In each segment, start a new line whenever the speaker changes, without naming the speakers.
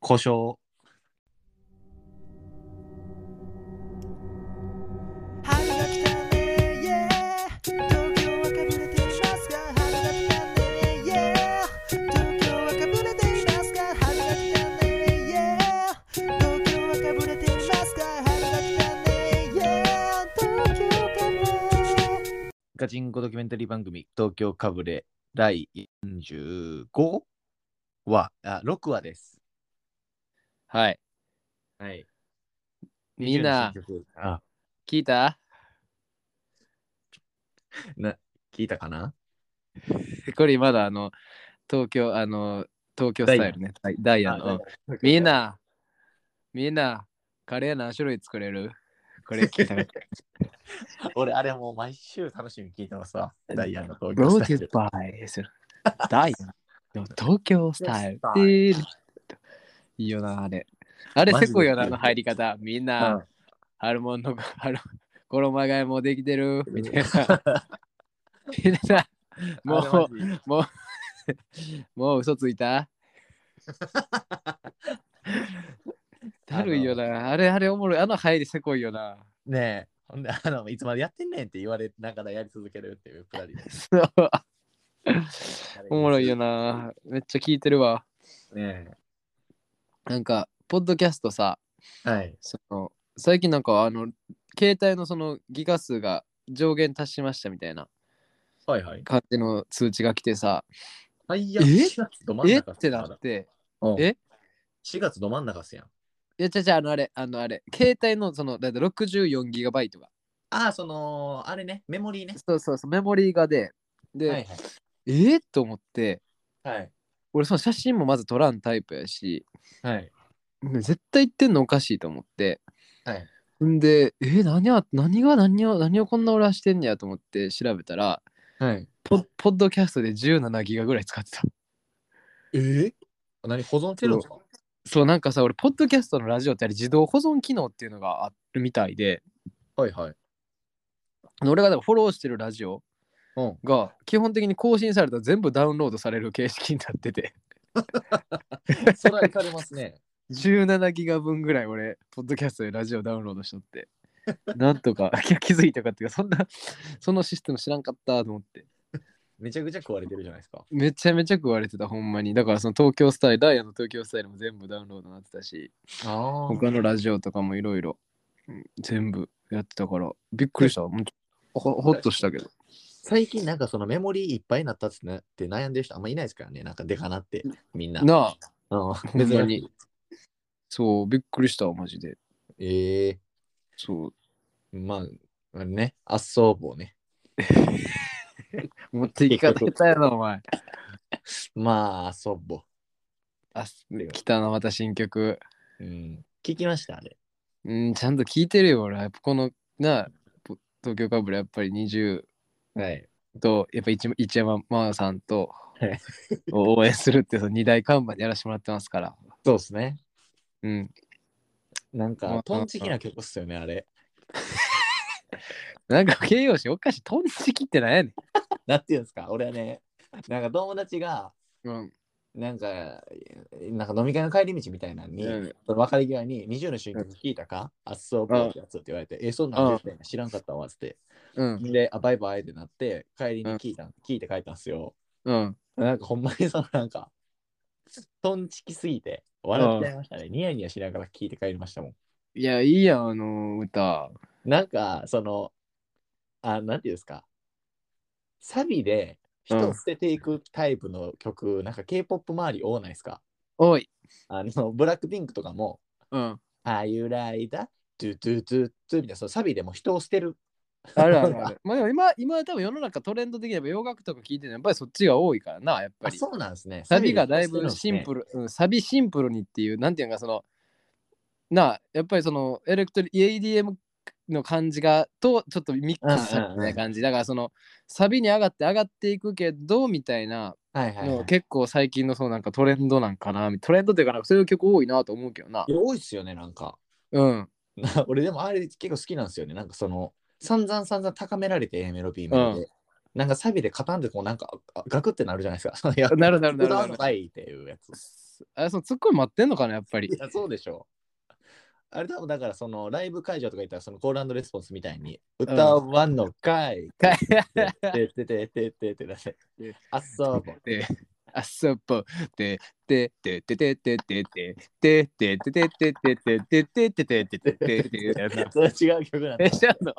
故障。
春が来たね、yeah 東京はかぶれていますが春が来たね、yeah 東京はかぶれていますが春が来たね、yeah 東京はかぶれていますが春が来たね、yeah 東京かぶれ
ガチンコドキュメンタリー番組、東京かぶれ第45話、あ、6話です。
はい。
はい。
みんな
新曲。あ、
聞いた
聞いたかな
これまだあの、東京、あの、東京スタイルね。ダイダイヤの。うんみん。な、みんな、カレー何種類作れるこれ聞いたら。
あ俺、あれもう毎週楽しみに聞いてますわ。ダイヤの東
ロ
京
ーテ
スタイル
ィバイ ですよ。ダイヤの東京スタイル
スタ。
え
イル
ーいいよな、あれ。あれ、
マジ
せ
で
こいよな、あの入り方。みん
う、
なんハルモン の、ハル衣替えもできてる。みたい な。みんな、も
あれマ
う、
ジ
もう、もう嘘ついただるいよな。あれ、あれおもろい。あの入りせこいよな。
ねえ。ほんで、あの、いつまでやってんねんって言われながらやり続けるっていうくだりです。
そう おもろいよな。めっちゃ聞いてるわ。
ね
なんか、ポッドキャストさ、
え。はい。
その最近なんか、あの、携帯のそのギガ数が上限達しましたみたいな
はいはい。
感じの通知が来てさ、
はいや、
え
4月ど真ん
えっ
中す
て
やん
なって、
うん
え
?4 月ど真ん中っすやん。
いや、ちゃちゃ、あのあれ、あのあれ、携帯のその、だいたい 64GB が。
ああ、その、あれね、メモリーね。
そうそうそう、メモリーがで、で、
はい
えー、と思って、
はい。はい。
俺その写真もまず撮らんタイプやし、
はい。
絶対言ってんのおかしいと思って、
はい。
んで、えー、何や、何が何を、何をこんな俺はしてんねやと思って調べたら、
はい、
ポッポッドキャストで17ギガぐらい使ってた。
えー、何保存してるんですか
そう、なんかさ、俺、ポッドキャストのラジオってあれ自動保存機能っていうのがあるみたいで、
はいはい。
俺がだからフォローしてるラジオ
うん。
が基本的に更新されたら全部ダウンロードされる形式になってて、
それは行かれますね。
17ギガ分ぐらい俺、ポッドキャストでラジオダウンロードしとって。 なんとか、 いや気づいたかっていうか、そんな、 そのシステム知らんかったと思って。
めちゃくちゃ食われてるじゃないですか。
めちゃめちゃ食われてた、ほんまに。だから、その東京スタイル、ダイヤの東京スタイルも全部ダウンロードになってたし、
あ
他のラジオとかもいろいろ、うん全部やってたから、びっくりした。もうちょほほっとしたけど。
最近なんかそのメモリーいっぱいになったっつねって悩んでる人あんまいないですからね。なんかでかなってみんな。
なあ、
うん、
ほん
珍
ま
しい
に。そう、びっくりしたわ、マジで。
ええ
そう。
まあね、あっそうぼうね。
持っていき方下手やな、お前。
まあ、あっそうぼ
あ、来たな、また新曲。
う。うん。聞きました、あれ。
うん、ちゃんと聞いてるよ、俺。やっぱこの、な、ぽ東京かぶれ、やっぱり20
はい。
と、やっぱ一一山真央さんと
はい、
を応援するって、その二大看板でやらせてもらってますから。
そうですね。
うん。
なん
まあ
か、トンチキな曲っすよね、あれ。
なんか形容詞おかしい、とんちきってなんやねん。
なんていうんですか、俺はね、なんか友達が、
うん。
なんか、なんか飲み会の帰り道みたいなのに、
うん
その別れ際に20の新曲聞いたか、あっそうぼうってやつって言われて、え、そんなん絶対知らんかったわっつって。
うん。
で、あ、バイバイってなって、帰りに聞いた、聞いて帰ったんすよ。
うん。
なんかほんまにそのなんか、トンチキすぎて、笑っちゃいましたね。ニヤニヤしながら聞いて帰りましたもん。
いや、いいやん、あの歌。
なんか、その、あ、なんていうんですか、サビで人を捨てていくタイプの曲、なんか K-POP 周り多ないですか
おい。
あの、ブラックピンクとかも、
うん。
あゆらいだ、トゥトゥトゥトゥみたいな、そのサビでも人を捨てる。
ある あるある。まあでも今、今は多分世の中トレンド的には洋楽とか聞いてるのはやっぱりそっちが多いからな、やっぱ
あ、
り。
そうなんですね。
サビがだいぶ
サ
シ
ビで
ン
人を捨てるんですね
プル、うん、サビシンプルにっていう、なんていうのか、その、なあ、やっぱりその、エレクトリ、ADM の感じが、と、ちょっとミックスされたみたいな感じ。だから、その、サビに上がって上がっていくけど、みたいな
はいはい、
の、
はい。
結構最近のそうなんかトレンドなんかな、トレンドっていうかなんかそういう曲多いなと思うけどな。
多いっすよね、なんか。
うん。
俺でもあれ結構好きなんですよね。なんかその、散々散々高められて A メロ B メロで、
う
なんかサビでカタンってこうなんかあガクってなるじゃないですか。そのや
なるなるなるな
歌う
る
の。かいっていうやつ。
ます。あそのツッコミ待ってんのかな、やっぱり
い。や、そうでしょ。あれ多分だからそのライブ会場とか行ったらそのコールレスポンスみたいに歌わんのかい
かい
ててててててだね。あっそうぼ。
で、あそこで、で、で、で、で、で、で、で、で、で、で、で、で、で、で、で、で、で、で、で、で、で、で、で、
それ違う曲なんだ
え、。ちゃうの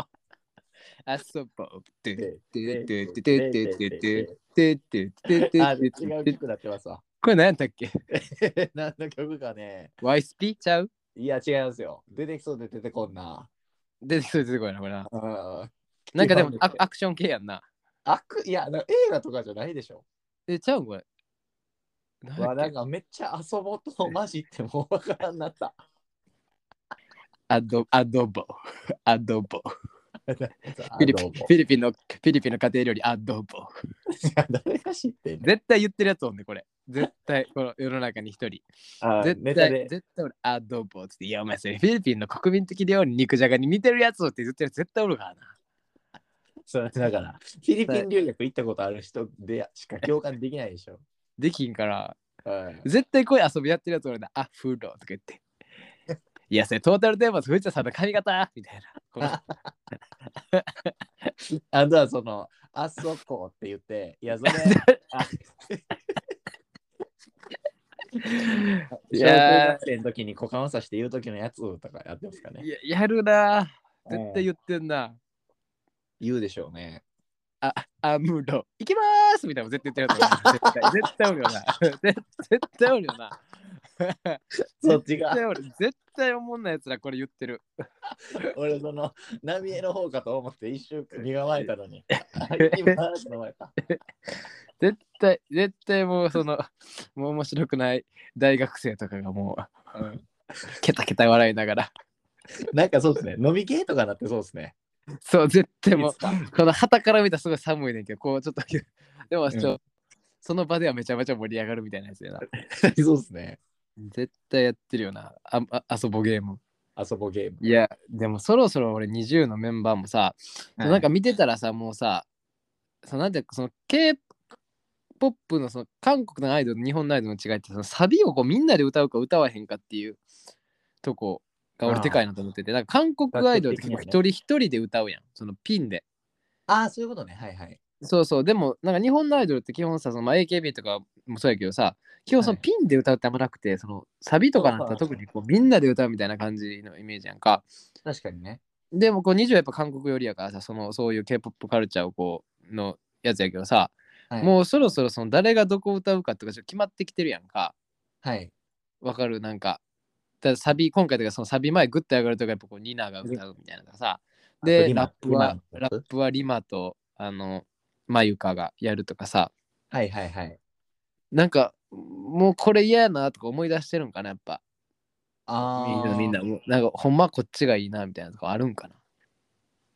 あそこで、で、で、で、で、で、で、で、で、で、で、
あ、違
で、
う
で、
曲なってますわ。
これ何やったっけ
何の曲かね。
ワイスピちゃう
いや、違いますよ。出てきそうで出てこんな。
出てきそう出てこいな、これな。
うん
なんかでもアアクション系やんな。
あくいや、な映画とかじゃないでしょ。
え、ちゃうんこれ。何や
わ
っけ
なんかめっちゃ遊ぼうとマジってもうわからんなった。
アドアドボ。アドボ。
フ
フィリピンフィリピンのフィリピンの家庭料理アドボ。
誰が知ってんの
絶対言ってるやつおんねこれ。絶対この世の中に一人。
あ
絶
ネタ
対
で
絶対俺アドボっつって、いやお前それフィリピンの国民的料理肉じゃがに似てるやつをって言ってるやつ絶対おるからな。
そうだからフィリピン留学行ったことある人でしか共感できないでしょ。
できんから、
うん
絶対こういう遊びやってるやつおるな。アフロとか言 って。いやそれトータルテーマス藤田さんの髪型みたいな。この
あとはその「あそこ」って言って「いやそ れあ
い
小学
や
生の時に股間をさして言う時のやつ」とかやってますか
ー
ね
いややるな。
うん
絶対言ってんな。
言うでしょうね。
あ、アムロ、行きまーすみたいなの絶対言ってるやつおるな。絶対、絶対おるよな。 絶絶対おるよな。
そっち
絶
が
対おる。絶対おもんないやつらこれ言ってる。
俺その浪江の方かと思って一瞬身構えたのに。 今の前か
絶対、絶対もうその、もう面白くない大学生とかがもう、ケタケタ笑いながら。
なんかそうですね。飲み系とかなってそうですね。
そう、絶対
で
もう、この旗から見たらすごい寒いねんけど、こうちょっと、 でもちょ、その場ではめちゃめちゃ盛り上がるみたいなやつやな。
そうですね。
絶対やってるよな。あ、あ遊ぼゲーム。
遊ぼゲーム。
いや、でもそろそろ俺20のメンバーもさ、
はい
なんか見てたらさ、もうさ、そのなんていうかその K-POP のその韓国のアイドルと日本のアイドルの違いって、そのサビをこうみんなで歌うか歌わへんかっていうとこが
あ
俺
あ
でかいなと思ってて、なんか韓国アイドルって
楽曲的
結構一
には
人一人で歌うやん、そのピンで。
ああ、そういうことね。はいはい。
そうそう、でもなんか日本のアイドルって基本さ、そのまあ AKB とかもそうやけどさ、基本その
はい
ピンで歌うってあんまなくて、そのサビとかになったら特にこうみんなで歌うみたいな感じのイメージやんか。
確かにね。
でもこう20はやっぱ韓国寄りやからさそのそういう K-POP カルチャーをこうのやつやけどさ、
はい、
もうそろそろその誰がどこを歌うかとかちょっと決まってきてるやんか
はい。
わかるなんかだからサビ今回とかそのサビ前グッと上がるとかやっぱこうニナが歌うみたいなのがさ
あと
で
リマ
ラップは
リマ
ラップはリマとあのマユカがやるとかさ
はいはいはい。
なんかもうこれ嫌やなとか思い出してるんかなやっぱみ
あ
ん
あ、
なみんなもうなんかほんまこっちがいいなみたいなとかあるんかな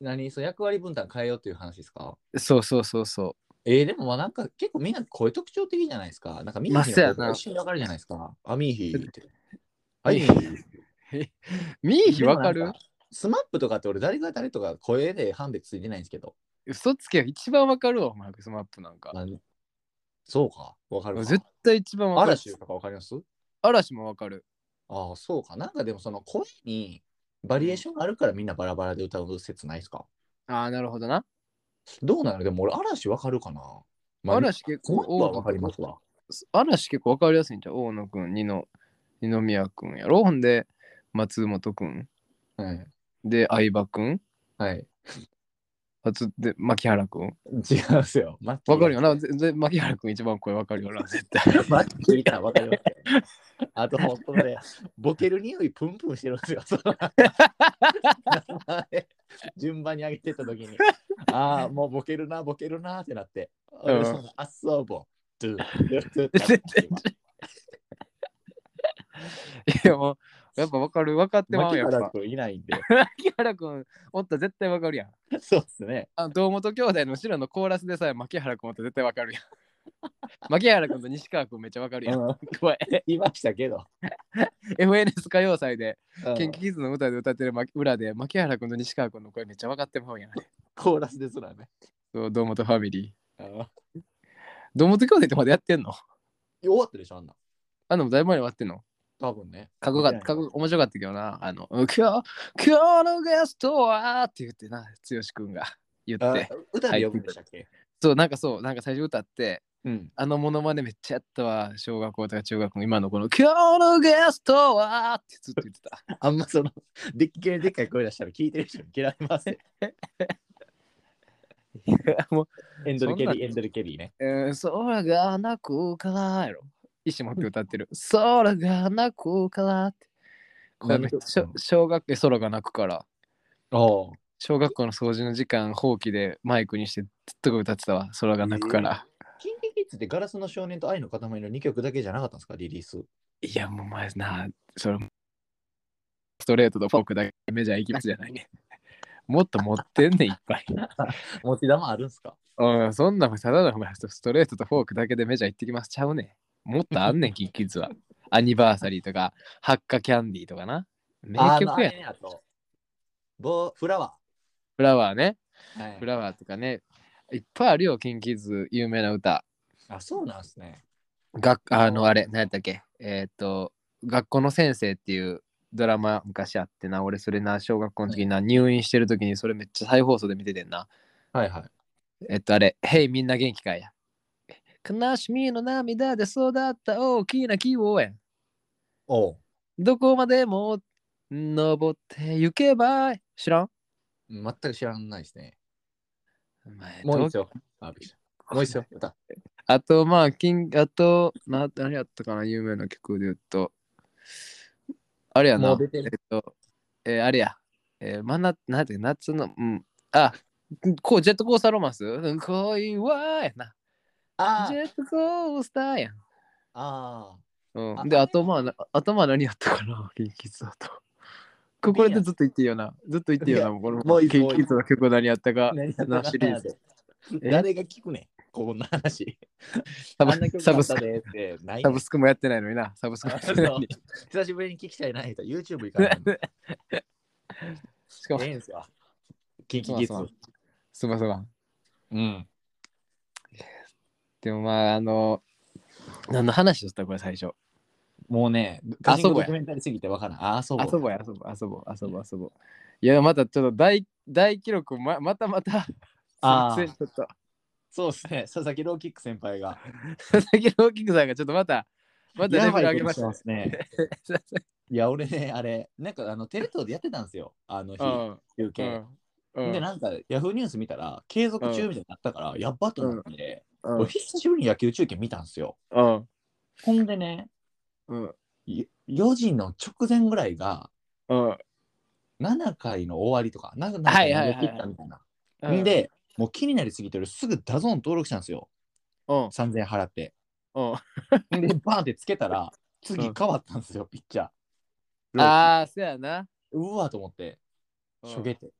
何そう役割分担変えようっていう話ですか
そうそうそうそう
えー、でもまあなんか結構みんな声特徴的じゃないですか。なんかみん
ま
な
あそうやな
一緒にわかるじゃないですか。アミーヒーって。
アミーヒミーヒわか
でも
る
なんスマップとかって俺誰が誰とか声で判別ついてないんですけど。
嘘つけ一番わかるわ、お前、スマップなんか。
まあそうか。わかる
絶
か。
対一番わかる。
嵐とかわかります
嵐もわかる。
ああ、そうか。なんかでもその声にバリエーションがあるからみんなバラバラで歌う説ないですか
ああ、なるほどな。
どうなのでも俺嵐わかるかな、まあ、
嵐結
スマ
構、
ップは
大野
わかりますわ。
嵐結構わかりやすいんちゃう大野くん、二の二宮くんやろ。ほんで、松本くん。
はい。
で、相葉くん。
はい。
あとで、牧原くん。
違うんですよ。わ
わかるよな。ぜぜ牧原くん一番声わかるよな、絶対。
マッキーたらわかりますよ。あと、本当ね、ボケる匂いプンプンしてるんですよ。その順番に上げてった時に。ああ、もうボケるな、ボケるなってなって。
ん
俺そのあっそうぼ。ドゥドゥドゥ
全
ってなって
いや、もう、やっぱわかる。わかって
今
まう
牧
やっ
原
ぱ。
君いないんで。
牧原くん、おったら絶対わかるやん。
そうですね。
あの堂本兄弟の後ろのコーラスでさえ牧原君と絶対わかるやん。 牧原君と西川君めっちゃわかるやん。
うん
怖い。
いましたけど。
FNS 歌謡祭で、
うん
キンキキッズの歌で歌ってる牧裏で牧原君と西川君の声めっちゃわかってまうやん。
コーラスですらね。
そう、堂本ファミリー。
うん
堂本兄弟ってまだやってんの
終わったでしょ、あんな。
あの、だいぶ前に終わってんの
多分ね。
かっこよかった、かっこ面白かったけどな。あの、今日、今日のゲストはって言ってな、剛君が言っ
あ
て。
歌で呼ぶんでしたっけ
そう、なんかそう、なんか最初歌って、
うん。
あのモノマネめっちゃやったわ、小学校とか中学校の今のこの、今日のゲストはってずっと言ってた。
あんまその、でっけえでっかい声出したら聞いてる人に嫌われますよ。
いや も
エンドルケ
そん
リー、
な
エンドルケリーね。
う、えー空が泣くからやろ。意思持って歌って る。空が泣くからって。これめっちゃ
何
小学校、空が泣くから。
お
小学校の掃除の時間、放棄でマイクにしてずっと歌ってたわ、空が泣くから。
キンキキッズってガラスの少年と愛の塊の2曲だけじゃなかったんですか、リリース。
いや、もう前な、それ、ストレートとフォークだけメジャー行きますじゃないね。 もっと持ってんねん、いっぱい。
持ち玉あるんすか
うん、そんなもんただのお前ストレートとフォークだけでメジャー行ってきますちゃうねん。もっとあ んねん、キッキッズは。アニバーサリーとか、ハッカキャンディーとかな。名
あ
曲
の
や
あれ。ねあとボフラワ
フラワーね。
ー。はい
フラワーとかね。いっぱいあるよ、キンキッズ、有名な歌。
あ、そうなんですね。
学あの、あれ、何やったっけえーっ、と、学校の先生っていうドラマ昔あってな、俺それな、小学校の時にな、入院してる時にそれめっちゃ再放送で見ててんな。
はいはい。
えっと、あれ、へい、みんな元気かいや。悲しみの涙で育った大きな木をやん。
おう。
どこまでも登って行けばい。知らん
全く知らないですね。
お前
もう
ど
一度。あびっくりしたもう一度。歌。
あと、まあ、金、あと、な、何やったかな、有名な曲で言うと。あれやな。
もう出てる
えっと、えーあれや。えー、まな、なんていうの夏の、うん。あ、こう、ジェットコースターロマンスうん恋はやな。
あ
ジ
ー
ェットコースターやん。
あ
う
あ
ん、で、
あれ
あとまあな、あとまあ何やったかな、キンキッズだと。ここれでずっと言っていいよな。ずっと言っていいよ
い
な、
や
もうこの
もういい
キンキッズの曲何やったか
ー。何やった
なシリーズ。え
誰が聞くねんこんな話。
サブ
あんな曲
サ
だ
ブ
っ
ス
た
ク、
でってない
サブスクもやってないのにな。サブスクもやってないのに。
久しぶりに聞きたいな人、YouTube 行かないと。
しかも
え、えんすわ。キンキ
そう
キ
そ
ッ
う
ズ。
すまんすまん。
うん。
でもまあ、あの、何の話をしたこれ最初。
もうね、
あそ
遊
ぼ
ぼ
や
や。メンタリーすぎてわからん。あ、遊ぼ
遊ぼうや、遊ぼう、遊ぼう、遊ぼう、遊ぼう。いや、またちょっと大大記録ま、またまた。
あー
すいませんちょっと。
そうですね。佐々木ローキック先輩が。
佐々木ローキングさんがちょっとまた、またレベル上げましたね。
すね。 いや、俺ね、あれ、なんかあのテレ東でやってたんですよ、あの日、
うん
休
う
憩。
んうん
で、なんか、ヤフーニュース見たら、継続中みたいになったから、やっばと思って、
うん
俺、久しぶりに野球中継見たんですよ。
うん
ほんでね、
うん
い4時の直前ぐらいが、
うん
7回の終わりとか、な
は
ないん
は
か
いはい
投げ切ったみたいな。
うん
んで、もう気になりすぎて、俺、すぐダゾーン登録したんですよ、
うん
3000円払って。
うん
で、バーンってつけたら、次変わったんですよ、ピッチャー。ローキ
ああそうやな
うわと思って、
うん
しょげて。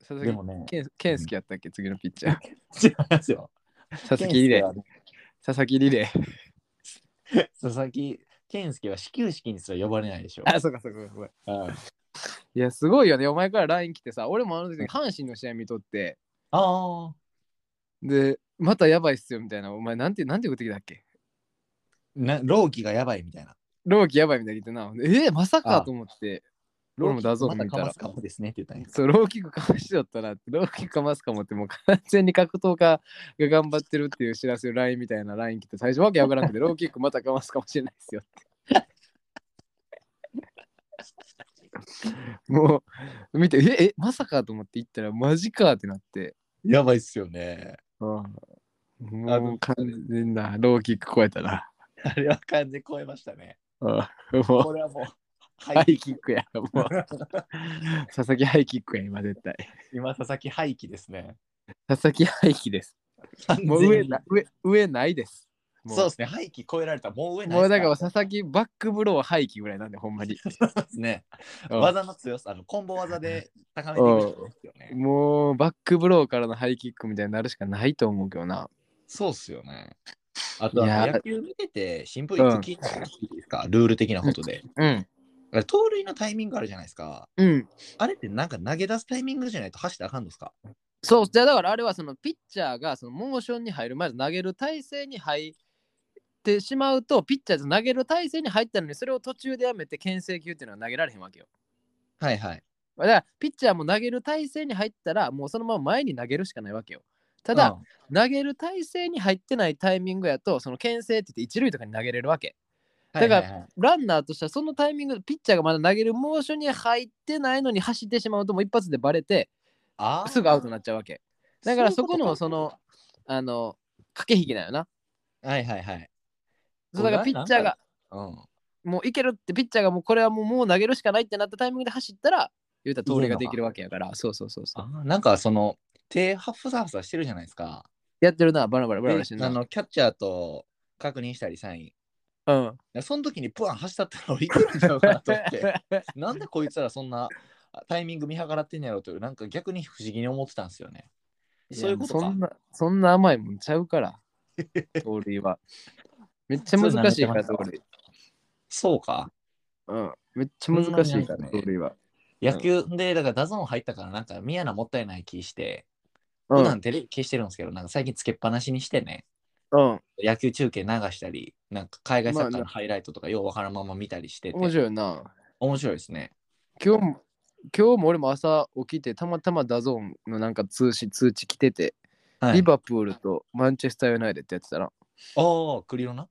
佐々
で
木
もね、
健健介やったっけ次のピッチャー
違いますよ。
佐々木リレー
健介は
佐々木リレー
ね佐々木健介は始球式にすら呼ばれないでしょ。
あそうかそうかそうか
うん
いやすごいよねお前から LINE 来てさ俺もあの時阪神の試合見とって
ああ、
でまたやばいっすよみたいなお前なんてなんて言ってきたっけ
な老期がやばいみたいな。
ローキやばいみたいな言ってなえー、まさ
あ
か
あ
と思って俺もダゾーン見た
まだからますかもですねって言ったんや。
そうローキックかましよったなってローキックかますかもってもう完全に格闘家が頑張ってるっていう知らせる LINE みたいな LINE 来て最初わけわからなくてローキックまたかますかもしれないですよってもう見てええまさかと思って行ったらマジかってなって、
やばいっすよね。あ
も
の
う完全なローキック超えたな、
あれは完全超えましたね。
うんも
これは もう、
う
は
ハ
い、
イキックやもう佐々木ハイキックや今絶対
今佐々木廃棄ですね。
佐々木ハイキです
完
もう
全
上
に
な上上ないですも
そうですね、廃棄超えられたらもう上ないっ
もう
す
だから佐々木バックブロー廃棄ぐらいなんでほんまに。
そうですね。
うん
技の強さ、あのコンボ技で高めていくしかないっすよね。
もうバックブローからのハイキックみたいになるしかないと思うけどな。
そうっすよね。あとあ
いや
の野球見てて、シンプルに聞いた話いいですか、ルール的なことで。
うん。
あれ盗塁のタイミングあるじゃないですか。
うん。
あれってなんか投げ出すタイミングじゃないと走ってあかんのですか
そう、じゃあだからあれはそのピッチャーがそのモーションに入るまで投げる体勢に入っってしまうとピッチャーと投げる体勢に入ったのにそれを途中でやめて牽制球っていうのは投げられへんわけよ
はいはい。
だからピッチャーも投げる体勢に入ったらもうそのまま前に投げるしかないわけよた
た
だ、、投げる体勢に入ってないタイミングやとその牽制って言って一塁とかに投げれるわけだから
はいはいはい
ランナーとしてはそのタイミングでピッチャーがまだ投げるモーションに入ってないのに走ってしまうともう一発でバレて
あー
すぐアウトになっちゃうわけだからそこの
そうい
そ
うと
のあの駆け引きだよな
かはいはいはい。
そうだからピッチャーが
うん。
もういけるってピッチャーがもうこれはもうもう投げるしかないってなったタイミングで走ったら言うたら通りができるわけやからそうそうそうそう
あーなんかその手はふさふさしてるじゃないですか。
やってるなバラバラバラバラしてる
であ
な
のキャッチャーと確認したりサイン。い
うん
やその時にプアン走ったったら俺いけるんちゃうかなと思っ て。なんでこいつらそんなタイミング見計らってんやろうというなんか逆に不思議に思ってたんですよね。そういうことか
やそんな、そんな甘いもんちゃうから、盗塁は。めっちゃ難しいから、
そ
盗
うなん
塁。
そうか。
うん。めっちゃ難しいか
そんな
ら、
に
盗塁は。
野球でだからダゾーン入ったからなんか宮名もったいない気して、
う
普
ん。
段テレビ消してるんですけどなんか最近つけっぱなしにしてね
うん。
野球中継流したりなんか海外サッカーのハイライトとかようわからんまま見たりしてて、
面白いな。
面白いですね。
今日も、今日も俺も朝起きて、たまたまダゾーンのなんか通知、通知来てて、
はい
リ、バプールとマンチェスターユナイテッドやってたら、
おお、クリロナ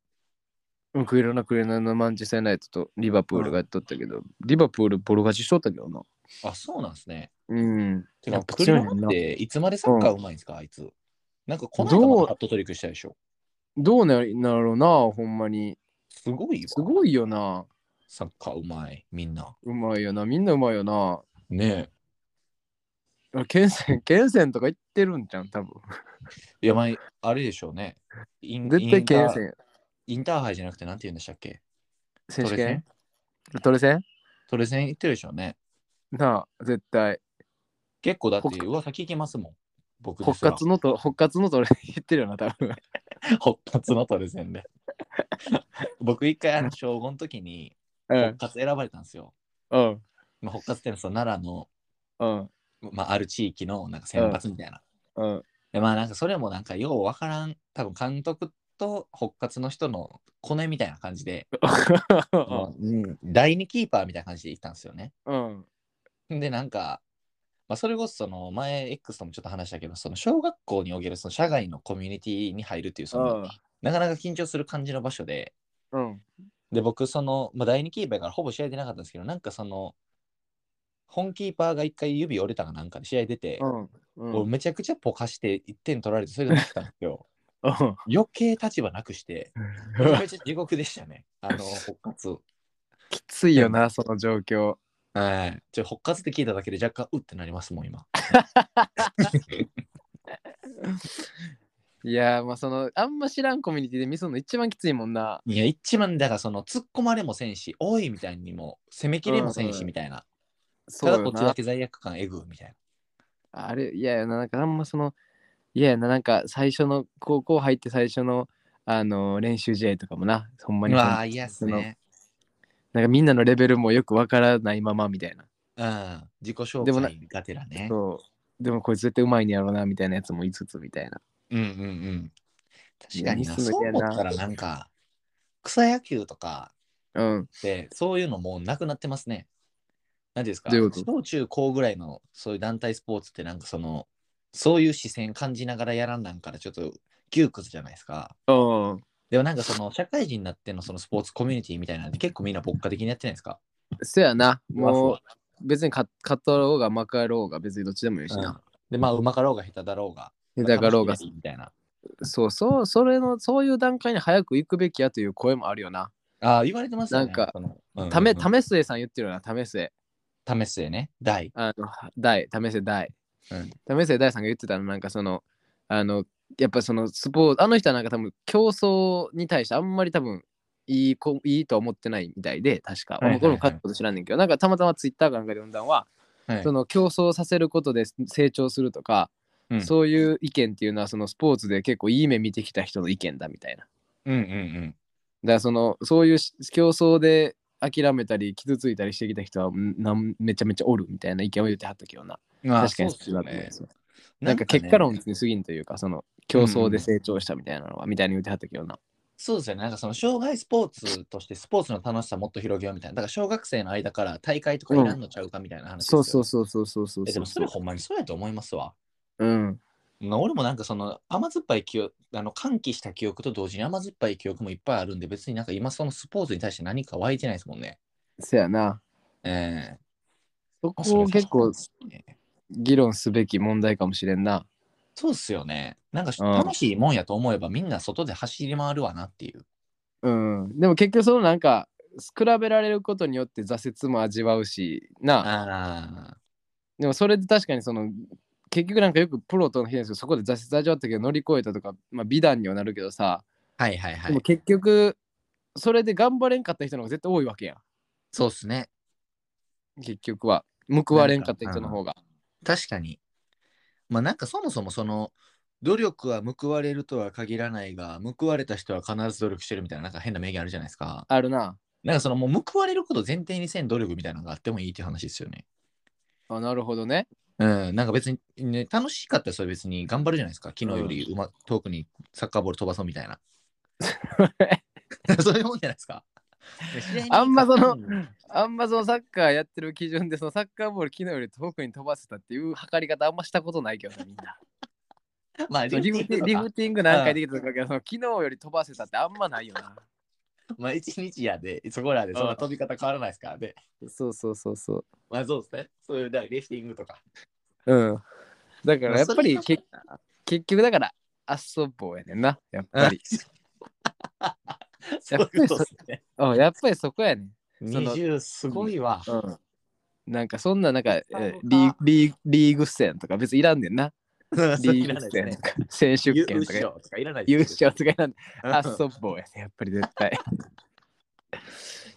うん、クイロナクイロナのマンチェスターユナイテッドとリバプールがやっとったけど、リバプールボロ勝ちしとったけどな。
あ、そうなんですね。
うん。
て
や
か、
っぱ
クリロ
強いねん
ナ
な
っていつまでサッカーうまいんですか、あいつ。なんかこの間
どう
までハットトリックしたでしょ。
どうなるなろうな、ほんまに。
すごいよ。
すごいよな。
サッカーうまい、みんな。
うまいよな。みんなうまいよな。
ね
あケンセン、 ケンセンとか言ってるんじゃん、多分。
え。いや、まあ、あれでしょうね。イン
絶対ケンセ
インター
ン。
インターハイじゃなくて、なんて言うんでしたっけ
選手
トレセ
権
ン
トレセン
トレセン行ってるでしょうね。
なあ、絶対。
結構だって
ほっ
噂聞きますもん。僕で
北
すら
活のと、北活のトレ言ってるよな、多分。
北活のトレセンで。僕一回、あの、小5の時に
う
北
ん。
活選ばれたんですよ。
うん。
まあ、北活ってのはその奈良の、
うん。
まあ、ある地域のなんか選抜みたいな。
うん。
でまあなんかそれもなんかようわからん多分監督と北活の人のコネみたいな感じで、もううん第二キーパーみたいな感じで行ったんですよね。
うん。
でなんか、まあ、それこそその前 X ともちょっと話したけどその小学校におけるその社外のコミュニティに入るっていうその、なかなか緊張する感じの場所で
うん。
で僕その、まあ、第二キーパーやからほぼ試合出なかったんですけどなんかその本キーパーが一回指折れたかなんかで試合出て、
うん。う
俺
ん。
めちゃくちゃポカして1点取られてそれで負けたんですよ。
うん
余計立場なくして、めちゃめちゃ地獄でしたね。 あの、北活。
きついよな、その状況。
はい。ちょ、北活って聞いただけで若干、うってなりますもん、今。
いやー、まあその、あんま知らんコミュニティでミスるの一番きついもんな。
いや、一番、だから、その、突っ込まれもせんし、おいみたいにも、攻めきれもせん
うんう
し、
ん
みたいな。
そ
た
う
だ、
よ
こっち
な
だけ罪悪感えぐう、みたいな。
あれ、いややな、なんかあんまその、いややな、なんか最初の、高校入って最初の、あのー練習試合とかもな、ほんまに
う
こう
わー、嫌っすね。
なんかみんなのレベルもよくわからないままみたいな。
うん。自己紹
でもな
介がてらね。
そう。でもこいつ絶対うまいんやろなみたいなやつも5つみたいな。
うんうんうん。確かにな、
いやミス
そ
の
う
嫌
思
な
ったら、なんか、草野球とか、
うん。
で、そういうのもうなくなってますね。何ですか
どういうこと
小中高ぐらいのそういう団体スポーツってなんかそのそういう視線感じながらやらんなんからちょっと窮屈じゃないですか。
うん。
でもなんかその社会人になってのそのスポーツコミュニティみたいなんで結構みんな牧歌的にやってないですか
そやな。
ふ
もう
わ
別に勝勝ったろうが負かろうが別にどっちでもいいし
ふわ
な。
でまあうまかろうが下手だろうが。
下手かろうが
楽。しけりゃいいみたいな。
そうそう、それの、そういう段階に早く行くべきやという声もあるよな。
ああ言われてますよね。
なんか
その、うん
ため、
うん
為末さん言ってるよな、為末。
試すでね。大。
あの、大、為末大
うん。
為末大さんが言ってたの、なんかその、あの、やっぱそのスポーツ、あの人はなんか多分競争に対してあんまり多分いいこいいとは思ってないみたいで、確か。
はいはいはい
俺も勝ったこと知らんねんけど、なんかたまたまツイッターかなんかで読んだんは、
はい
その競争させることで成長するとか、
うん
そういう意見っていうのはそのスポーツで結構いい目見てきた人の意見だみたいな。
うんうんうん。
だからそのそういうし競争で諦めたり傷ついたりしてきた人はんなんめちゃめちゃおるみたいな意見を言ってはったけどな。
まあ
確かに
そうっす
だ
よ
と思い
ね
ます。なんか
ね
結果論に過ぎんというか、その競争で成長したみたいなのは、みたいに言ってはったけどな。
そうですよね。なんかその障害スポーツとしてスポーツの楽しさもっと広げようみたいな。だから小学生の間から大会とかいらんのちゃうかみたいな話ですよ
そうそうそうそうそうそう
えでもそれほんまにそうやと思いますわ。
うん
まあ俺もなんかその甘酸っぱい記憶、あの歓喜した記憶と同時に甘酸っぱい記憶もいっぱいあるんで、別になんか今そのスポーツに対して何か湧いてないですもんね。
せやな
ええ
そ
あ
こを
それ
結構
そうですね
議論すべき問題かもしれんな
そうっすよね。なんか
うん
楽しいもんやと思えばみんな外で走り回るわなっていう。
うんでも結局そのなんか比べられることによって挫折も味わうしな
ああ。
でもそれで確かにその結局なんかよくプロとの比較ですけどそこで挫折味わったけど乗り越えたとか、まあ、美談にはなるけどさ、
はいはいは
でも
い。
結局それで頑張れんかった人の方が絶対多いわけや
そうっすね。
ん結局は報われんかった人の方が
確かに。まあなんかそもそもその努力は報われるとは限らないが報われた人は必ず努力してるみたいななんか変な名言あるじゃないですか。
あるな
なんかそのもう報われることを前提にせん努力みたいなのがあってもいいっていう話ですよね。
あなるほどね
うん、なんか別に、ね、楽しかったらそれ別に頑張るじゃないですか。昨日よりうま、遠くにサッカーボール飛ばそうみたい な。そういうもんじゃないですか。
あんまその
うん
あんまそのサッカーやってる基準でそのサッカーボール昨日より遠くに飛ばせたっていう測り方あんましたことないけどねみんな
まあ、
そのリフティリフティング何回できたとかけどその昨日より飛ばせたってあんまないよな
まあ、一日やで、そこらで、そんな飛び方変わらないですからね。
そうそうそうそう
まあ、そうですね。そういう、だからリフティングと か。
うんだからやっぱり
まあそれ
け結局だから遊ぼうやねんなやっぱり
そういうことですね。
あやっぱりそこやねんその
20すごいわ。
うん、なんかそんななんかえ
なる
ー
ほど
リーリーリーグ戦とか別にいらんねんな。
い
リー
らな
グ
いです
戦
ね
とか選手
優
権とか
勝とかいらない
優
です
勝とかいらん。あ
うん
そぼうやねやっぱり絶 対。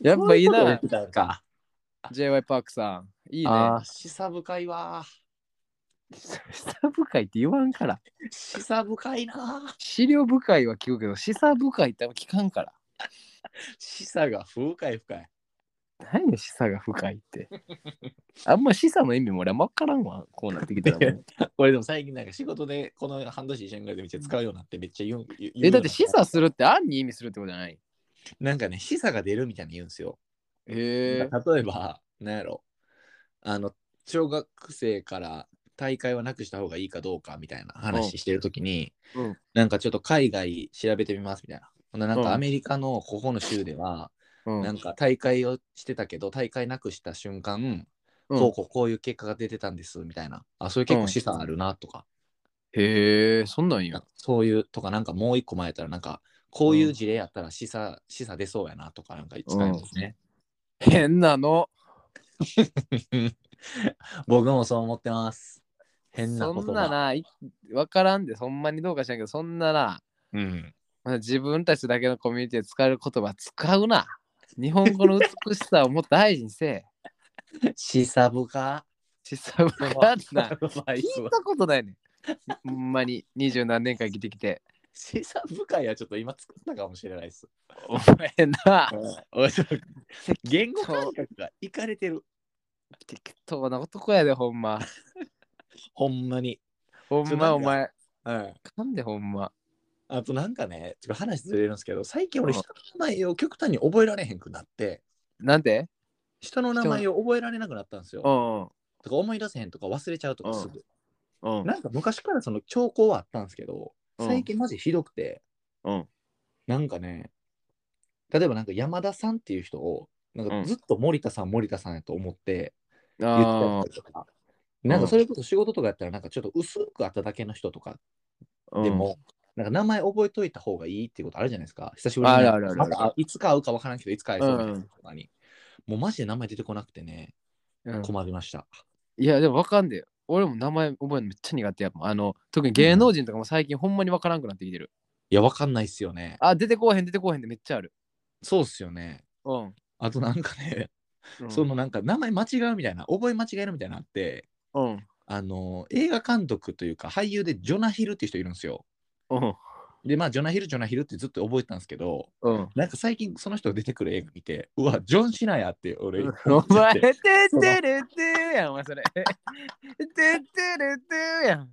やっぱいい
そうう
な
こと、なんか。
j y パークさん。いいね。
あー示唆深いわ。
示唆深いって言わんから。
示唆深いな。
資料深いは聞くけど、示唆深いってあんま聞かんから。
示唆が深い深い。
何の示唆が深いって。 あんま示唆の意味も俺は分からんわ。こうなってきたらもう。
俺でも最近なんか仕事でこの半年一緒にぐらいでめっちゃ使うようになってめっちゃ言う。言う
え、だって示唆
唆
するって案に意味するってことじゃない
なんかね、示唆が出るみたいに言うんですよ。
へえ。
例えば、なんやろ。あの、小学生から大会はなくした方がいいかどうかみたいな話してるときに、
うん
なんかちょっと海外調べてみますみたいな。ほんならなん
うん
かアメリカのここの州では、
うん
なんか大会をしてたけど、大会なくした瞬間、
うん
こうこうこういう結果が出てたんですみたいな。あ、そういう結構示唆あるなとか、
へえ、そんなんや
なん。かそういうとか、なんかもう一個前やったら、なんかこういう事例やったら示唆、示唆出そうやなとか、なんか使いますね。
変なの。
僕もそう思ってます。変な言
そんな
葉。
な、いわからんで、ほんまにどうかしらんけど、そんなな、
うん。
まあ自分たちだけのコミュニティで使える言葉使うな。日本語の美しさをもっと大事に せえ。
しさぶ か。
しさぶかんな。聞い
し
たこと ないねん。ほんまに二十何年間生きてきて。
さぶかいはちょっと今作ったかもしれないです。
お前な、
おいちょっと言語感覚がいかれてる。
適当な男やで、ほんま。
ほんまに。
ほんま、お前。
うん。
なんでほんま。
あとなんかね、ちょっと話ずれるんですけど、最近俺人の名前を極端に覚えられへんくなって、
なんで
人の名前を覚えられなくなったんですよ。
うんうん
とか思い出せへんとか忘れちゃうとかすぐ。
うん。
なんか昔からその兆候はあったんですけど、
うん
最近マジひどくて、
うん
なんかね、例えばなんか山田さんっていう人を、なん
う
か
ん
ずっと森田さん、森田さんやと思って言って
あ
たりとか、なんかそれこそ仕事とかやったら、なんかちょっと薄くあっただけの人とか
あ。
でも、なんか名前覚えといた方がいいっていうことあるじゃないですか。久しぶり
あ
に
るあるある
またあいつか会うか分からんけど、いつか会えそうみたいな
うん
とかに。もうマジで名前出てこなくてね、
うん、うん
困りました。
いや、でもわかんで。俺も名前覚えるのめっちゃ苦手やもん。あの、特に芸能人とかも最近ほんまにわからんくなってきてる。
いや、分かんないっすよね。
あ、出てこうへん、出てこうへんってめっちゃある。
そうっすよね。
うん。
あとなんかね、
うん
そのなんか名前間違うみたいな、覚え間違えるみたいなのあって、
うん。
あの映画監督というか俳優でジョナヒルっていう人いるんですよ。
うん。
で、まあ、ジョナヒル、ジョナヒルってずっと覚えてたんですけど、
うん。
なんか最近その人が出てくる映画見て、うわ、ジョン・シナやって俺、
お前、
思って
てってれてーやん、お前それ。てってれてーやん。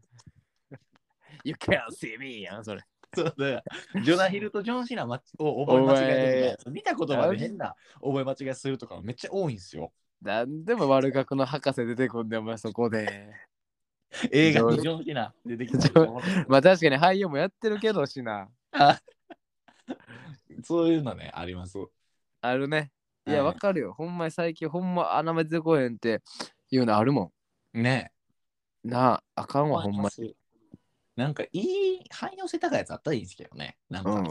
You can't see me やん、それ。
そうだからジョナヒルとジョン・シナを覚え間違えてるみたいな見たことまで変な覚え間違えするとかめっちゃ多いんですよ。
なんでも悪学の博士出てこんでお前そこで。
映画にジョン・シナ出てきた。
まあ確かに俳優もやってるけどしな。
あそういうのね、あります。
あるね。いや、
は
わ
い
かるよ。ほんまに最近ほんま穴ま出てこへんっていうのあるも
ね
ん。なあ、あかん
え。
わほんま
なんかいい汎用性高いやつあったらいいんですけどね。なんか、
に。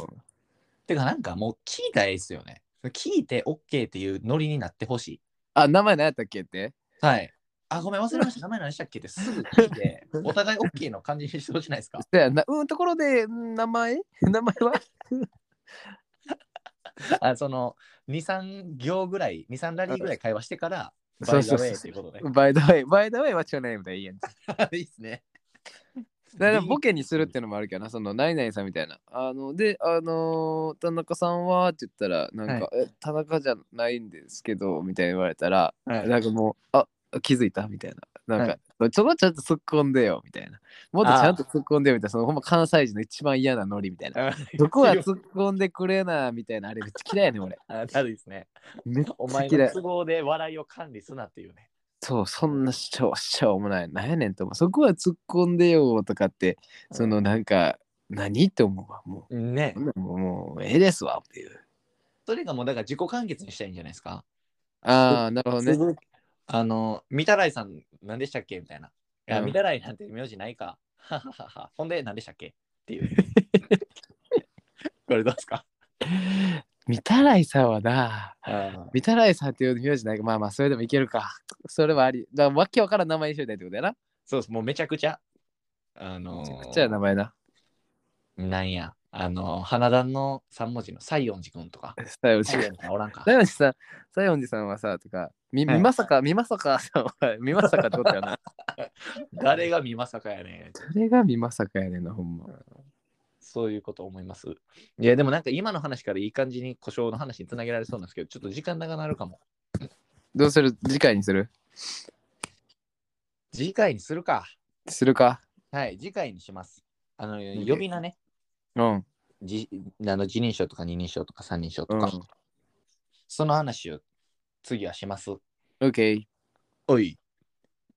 てかなんかもう聞いたらいいですよね。聞いて OK っていうノリになってほしい。
あ、名前何やったっけって
はい。あ、ごめん、忘れました。名前何でしたっけってすぐ聞い て、お互い OK の感じにしてほしいないですか。
そやなうん、ところで、ん名前名前は
あその、2、3行ぐらい、2、3ラリーぐらい会話してから、
そ
バ
う
イザ
そう
ウェイって
そ
いうことね。
う。バイドウェイ、バイドウェイはちょネームでいいやん。だか
いいっすね。
らボケにするってのもあるけどな、その、ナイナイさんみたいな。あの、で、あのー田中さんはって言ったら、なんか、え、田中じゃないんですけど、みたいに言われたら、
はい
なんかもう、あ気づいたみたいな。なんか、ちょっとちゃんと突っ込んでよみたいな。もっとちゃんと突っ込んでよみたいな。そのほんま関西人の一番嫌なノリみたいな。どこは突っ込んでくれなみたいな。あれめっちゃ嫌いやねん 俺。
あだるいですね。
めっち
お
ゃ
前
嫌
の
い。
都合で笑いを管理すなっていうね。
そう、そんな主張しちゃおもない。なんやねんと思う。そこは突っ込んでよとかって、そのなんか、何って思うわ。も
ね
う、もうもうええですわっていう。
それがもうだから自己完結にしたいんじゃないですか。
ああ、なるほどね。
あの、みたらいさん何でしたっけみたいな。いや、
うん
みたらいなんて名字ないか。はははは。ほんで何でしたっけっていう。これどうですか
みたらいさんはな、
あ
みたらいさんっていう名字ないかまあまあそれでもいけるか。それはあり。だからわけわからん名前にしといたいってことやな。
そうです。もうめちゃくちゃ。あの
めちゃ
ー
くちゃや名前な。
なんや。あのー、花壇の三文字の西園寺君 とか。
西園
西
寺。
園寺おらんか
西。園寺さん、西園寺さんはさ、とか、み、
はい
みまさか、みまさかさんは、みまさかってことやな。
誰が見まさかやねん。
それがみまさかやねんな、ほんま。
そういうこと思います。いや、でもなんか今の話からいい感じに故障の話につなげられそうなんですけど、ちょっと時間長なるかも。
どうする次回にする
次回にするか。
するか
はい、次回にします。あの、
ん
呼び名ね。
うん。
じあの一人称とか二人称とか三人称
う
と
ん。
か、その話を次はします。
OK。
おい。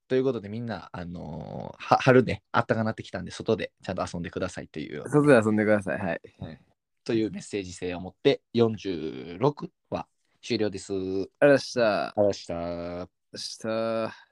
ということで、みんな、あのーは春ね、あったかなってきたんで、外でちゃんと遊んでくださいっていう、
外で遊んでください。はい。
というメッセージ性を持って、46は終了です。
ありがとうございました。ありがとう
ありがとうございました。
ございました。